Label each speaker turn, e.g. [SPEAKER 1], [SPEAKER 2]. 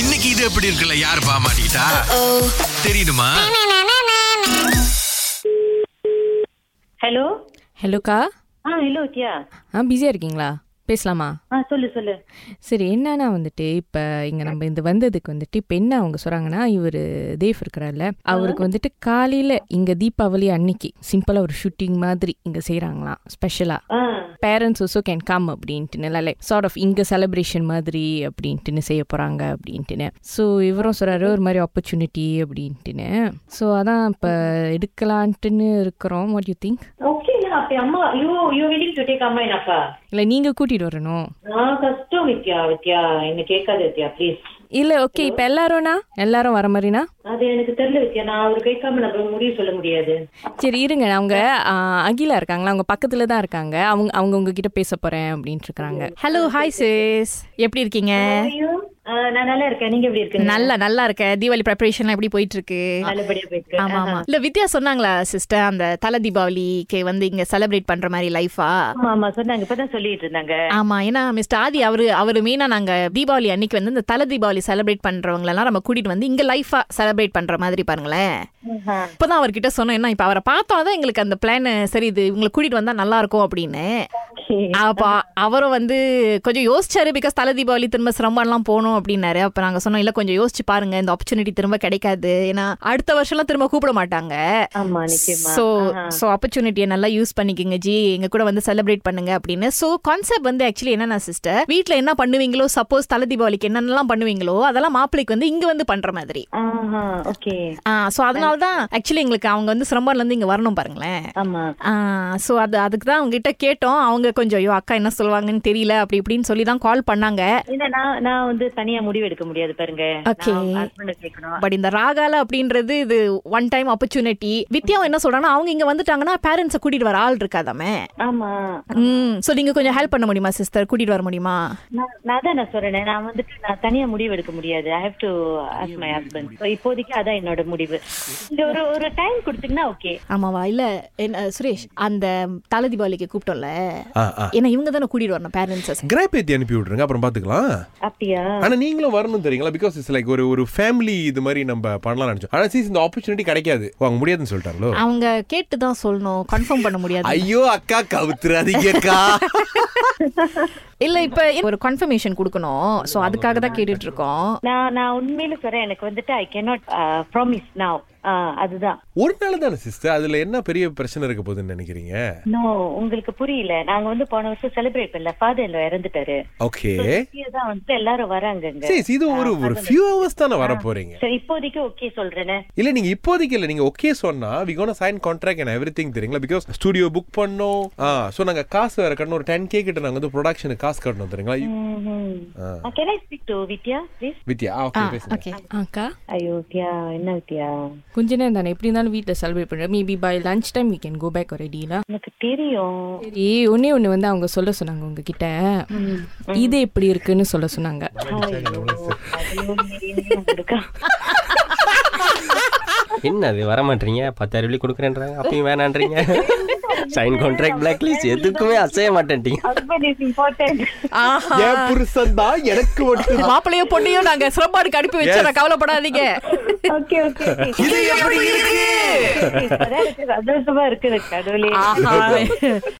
[SPEAKER 1] இன்னைக்கு இது எப்படி இருக்குல்ல யார் பாமாட்டா தெரியுமா
[SPEAKER 2] ஹலோ
[SPEAKER 3] ஹலோக்கா
[SPEAKER 2] ஆ ஹலோ தியா
[SPEAKER 3] ஆ பிஸியாக இருக்கீங்களா பேசலாமா
[SPEAKER 2] ஆ Ah, சொல்லு சொல்லு
[SPEAKER 3] சரி என்னன்னா வந்துட்டு இப்போ இங்கே நம்ம இந்த வந்ததுக்கு வந்துட்டு இப்போ என்ன அவங்க சொல்கிறாங்கன்னா இவர் தேவ் இருக்கிறார்ல அவருக்கு வந்துட்டு காலையில் இங்கே தீபாவளி அன்னைக்கு சிம்பிளாக ஒரு ஷூட்டிங் மாதிரி இங்கே செய்கிறாங்களாம் ஸ்பெஷலாக
[SPEAKER 2] ஆ
[SPEAKER 3] பேரண்ட்ஸ் also கேன் கம் அப்படின்ட்டுன்னு இல்லை சார்ட் ஆஃப் இங்கே செலிப்ரேஷன் மாதிரி அப்படின்ட்டுன்னு செய்ய போகிறாங்க அப்படின்ட்டுன்னு ஸோ இவரும் சொல்கிறாரு ஒரு மாதிரி ஆப்பர்ச்சுனிட்டி அப்படின்ட்டுன்னு ஸோ அதான் இப்போ எடுக்கலான்ட்டுன்னு இருக்கிறோம் வாட் யூ திங்க்
[SPEAKER 2] ஓகே அப்படி அம்மா you you willing to take அம்மா என்னப்பா
[SPEAKER 3] இல்லை நீங்கள் கூட்டிகிட்டு வரணும்
[SPEAKER 2] நான் கஷ்டம் வித்யா வித்யா என்ன கேட்காத வித்யா ப்ளீஸ்
[SPEAKER 3] இல்ல ஓகே இப்ப எல்லாரும்னா எல்லாரும் வர மாதிரினா
[SPEAKER 2] அது எனக்கு தெரியல வித்யா நான் அவர் கேட்காம நான் முடிவு சொல்ல முடியாது
[SPEAKER 3] சரி இருங்க அவங்க ஆ, அகிலா இருக்காங்களா அவங்க பக்கத்துல தான் இருக்காங்க அவங்க அவங்க உங்ககிட்ட பேச போறேன் அப்படின்ட்டு இருக்காங்க
[SPEAKER 4] ஹலோ ஹாய் சிஸ் எப்படி இருக்கீங்க
[SPEAKER 2] ஐயோ, ஆ, Ah, நான் நல்லா இருக்கேன் நீங்க எப்படி இருக்கீங்க
[SPEAKER 4] நல்லா நல்லா இருக்கேன் தீபாவளி ப்ரிப்பரேஷன் எப்படி போயிட்டு இருக்கு
[SPEAKER 2] நல்லபடியா போயிட்டு
[SPEAKER 4] ஆமா ஆமா இல்ல வித்யா சொன்னாங்களா சிஸ்டர் அந்த தலை தீபாவளிக்கு வந்து இங்க செலிப்ரேட் பண்ற மாதிரி லைஃபா
[SPEAKER 2] ஆமா ஆமா சொன்னாங்க இப்பதான் சொல்லிட்டு இருந்தாங்க
[SPEAKER 4] ஆமா ஏன்னா மிஸ்டர் ஆதி அவரு அவரு மெயினா நாங்க தீபாவளி அன்னைக்கு வந்து இந்த தலை தீபாவளி செலிப்ரேட் பண்றவங்க எல்லாம் நம்ம கூட்டிட்டு வந்து இங்க லைஃபா செலிப்ரேட் பண்ற மாதிரி பாருங்களேன்
[SPEAKER 2] ஆஹா.
[SPEAKER 4] இப்பதான் அவர்கிட்ட சொன்னோம் என்ன இப்ப அவரை பார்த்தோம் எங்களுக்கு அந்த பிளான் சரி இது இவங்களை கூட்டிட்டு வந்தா நல்லா இருக்கும் அப்படின்னு
[SPEAKER 2] Okay.
[SPEAKER 4] அப்ப அவரும் வந்து கொஞ்சம் யோசிச்சாரு பிகாஸ் தலை தீபாவளி திரும்ப சிரமம்லாம் போகணும் அப்படின்னாரு அப்ப நாங்க சொன்னோம் இல்ல கொஞ்சம் யோசிச்சு பாருங்க இந்த ஆப்பர்ச்சுனிட்டி திரும்ப கிடைக்காது ஏன்னா அடுத்த வருஷம்லாம் திரும்ப கூப்பிட மாட்டாங்க
[SPEAKER 2] ஆமா நிச்சயமா
[SPEAKER 4] சோ சோ ஆப்பர்ச்சுனிட்டியை நல்லா யூஸ் பண்ணிக்கங்க ஜி எங்க கூட வந்து செலிப்ரேட் பண்ணுங்க அப்படின்னு சோ கான்செப்ட் வந்து ஆக்சுவலி என்னன்னா சிஸ்டர் வீட்ல என்ன பண்ணுவீங்களோ சப்போஸ் தலை தீபாவளிக்கு என்னென்னலாம் பண்ணுவீங்களோ அதெல்லாம் மாப்பிளைக்கு வந்து இங்க வந்து பண்ற மாதிரி
[SPEAKER 2] ஆஹா ஓகே
[SPEAKER 4] ஆ சோ அதனால தான் ஆக்சுவலி எங்களுக்கு அவங்க வந்து சிரம்பர்ல இருந்து இங்க வரணும் பாருங்களேன்
[SPEAKER 2] ஆமா
[SPEAKER 4] ஸோ அது அதுக்கு தான் அவங்ககிட்ட கேட்டோம் அவங்க கொஞ்சம் ஐயோ அக்கா என்ன சொல்லுவாங்கன்னு தெரியல அப்படி இப்படின்னு சொல்லி தான் கால் பண்ணாங்க
[SPEAKER 2] இல்ல நான் நான் வந்து தனியா முடிவு எடுக்க முடியாது பாருங்க
[SPEAKER 4] Okay.
[SPEAKER 2] நான் husband அ கேட்கணும்
[SPEAKER 4] பட் இந்த ராகால அப்படின்றது இது ஒன் டைம் ஆப்பர்ச்சுனிட்டி வித்யாவும் என்ன சொல்றாங்கன்னா அவங்க இங்க வந்துட்டாங்கன்னா பேரண்ட்ஸை கூட்டிட்டு வர ஆள் இருக்காதாமே
[SPEAKER 2] ஆமா
[SPEAKER 4] ம் ஸோ நீங்க கொஞ்சம் ஹெல்ப் பண்ண முடியுமா சிஸ்டர் கூட்டிட்டு வர முடியுமா
[SPEAKER 2] நான் நான் தான் நான் சொல்றேனே நான் வந்துட்டு நான் தனியா முடிவு எடுக்க முடியாது I have to ask my husband so இப்போதைக்கு அதான் என்னோட முடிவு இந்த ஒரு ஒரு டைம் கொடுத்தீங்கன்னா ஓகே
[SPEAKER 4] ஆமாவா இல்ல என்ன சுரேஷ் அந்த தலை தீபாவளிக்கு கூப்பிட்டோம்ல
[SPEAKER 5] ஆ ஆ
[SPEAKER 4] ஏன்னா இவங்க தானே கூட்டிட்டு வரணும் பேரண்ட்ஸ்
[SPEAKER 5] கிராப் ஏத்தி அனுப்பி விட்ருங்க அப்புறம் பார்த்துக்கலாம்
[SPEAKER 2] அப்படியா
[SPEAKER 5] ஆனா நீங்களும் வரணும் தெரியுங்களா பிகாஸ் இட்ஸ் லைக் ஒரு ஒரு ஃபேமிலி இது மாதிரி நம்ம பண்ணலாம் நினைச்சோம் ஆனா சீஸ் இந்த ஆப்பர்ச்சுனிட்டி கிடைக்காது ஓ, அவங்க முடியாதுன்னு சொல்லிட்டாங்களோ
[SPEAKER 4] அவங்க கேட்டு தான் சொல்லணும் கன்ஃபார்ம் பண்ண முடியாது
[SPEAKER 5] ஐயோ அக்கா கவுத்துறாதீங்க அக்கா
[SPEAKER 4] இல்ல இப்ப ஒரு கன்ஃபர்மேஷன் கொடுக்கணும் சோ அதுக்காக தான் கேட்டுட்டு இருக்கோம்
[SPEAKER 2] நான் நான் உண்மையில சொல்றேன் எனக்கு வந்துட்டு uh, I cannot promise now அதுதான்
[SPEAKER 5] ஒரு நாள் தானே சிஸ்டர் அதுல என்ன பெரிய பிரச்சனை இருக்க போகுதுன்னு நினைக்கிறீங்க
[SPEAKER 2] நோ உங்களுக்கு புரியல நாங்க வந்து போன வருஷம் செலிப்ரேட் பண்ணல ஃபாதர் இறந்துட்டாரு
[SPEAKER 5] ஓகே
[SPEAKER 2] தான் வந்துட்டு எல்லாரும் வராங்கங்க
[SPEAKER 5] சரி இது ஒரு ஒரு ஃபியூ ஹவர்ஸ் தானே வர போறீங்க
[SPEAKER 2] சரி இப்போதைக்கு ஓகே சொல்றேனே
[SPEAKER 5] இல்ல நீங்க இப்போதைக்கு இல்ல நீங்க ஓகே சொன்னா we gonna sign contract and everything தெரியுங்களா பிகாஸ் ஸ்டுடியோ புக் பண்ணோம் ஆ சோ நாங்க காசு வேற கட்டணும் ஒரு 10k கிட்ட நாங்க வந்து ப்ரொடக்ஷனுக்கு காசு கட்டணும் தெரியுங்களா
[SPEAKER 2] can I speak to Vidya please
[SPEAKER 5] Vidya ஆ, okay, பேசுங்க
[SPEAKER 4] ஓகே
[SPEAKER 3] அக்கா
[SPEAKER 2] ஐயோ வித்யா என்ன வித்யா
[SPEAKER 3] கொஞ்ச நேரம் தானே எப்படி இருந்தாலும் வீட்டில் செலிப்ரேட் பண்ணுறோம் maybe by lunch time we can go back already lah.
[SPEAKER 2] எனக்கு தெரியும்
[SPEAKER 3] சரி ஒண்ணே ஒன்று வந்து அவங்க சொல்ல சொன்னாங்க உங்ககிட்ட இது எப்படி இருக்குன்னு சொல்ல சொன்னாங்க
[SPEAKER 6] என்ன அது வர மாட்டீங்க பத்தாயிரம் வெள்ளி கொடுக்குறேன்றாங்க அப்பயும் வேணான்றீங்க சைன் கான்ட்ராக்ட் பிளாக் லிஸ்ட் எதுக்குமே அசைய மாட்டேன்ட்டீங்க
[SPEAKER 5] என் புருஷன் தான் எனக்கு மட்டும்
[SPEAKER 4] மாப்பிள்ளையோ பொண்ணையும் நாங்க சிறப்பாடுக்கு அனுப்பி வச்சு கவலைப்படாதீங்க
[SPEAKER 2] ஓகே ஓகே
[SPEAKER 5] இது எப்படி இருக்கு
[SPEAKER 2] சந்தோஷமா இருக்கு எனக்கு கடவுளே
[SPEAKER 4] ஆஹா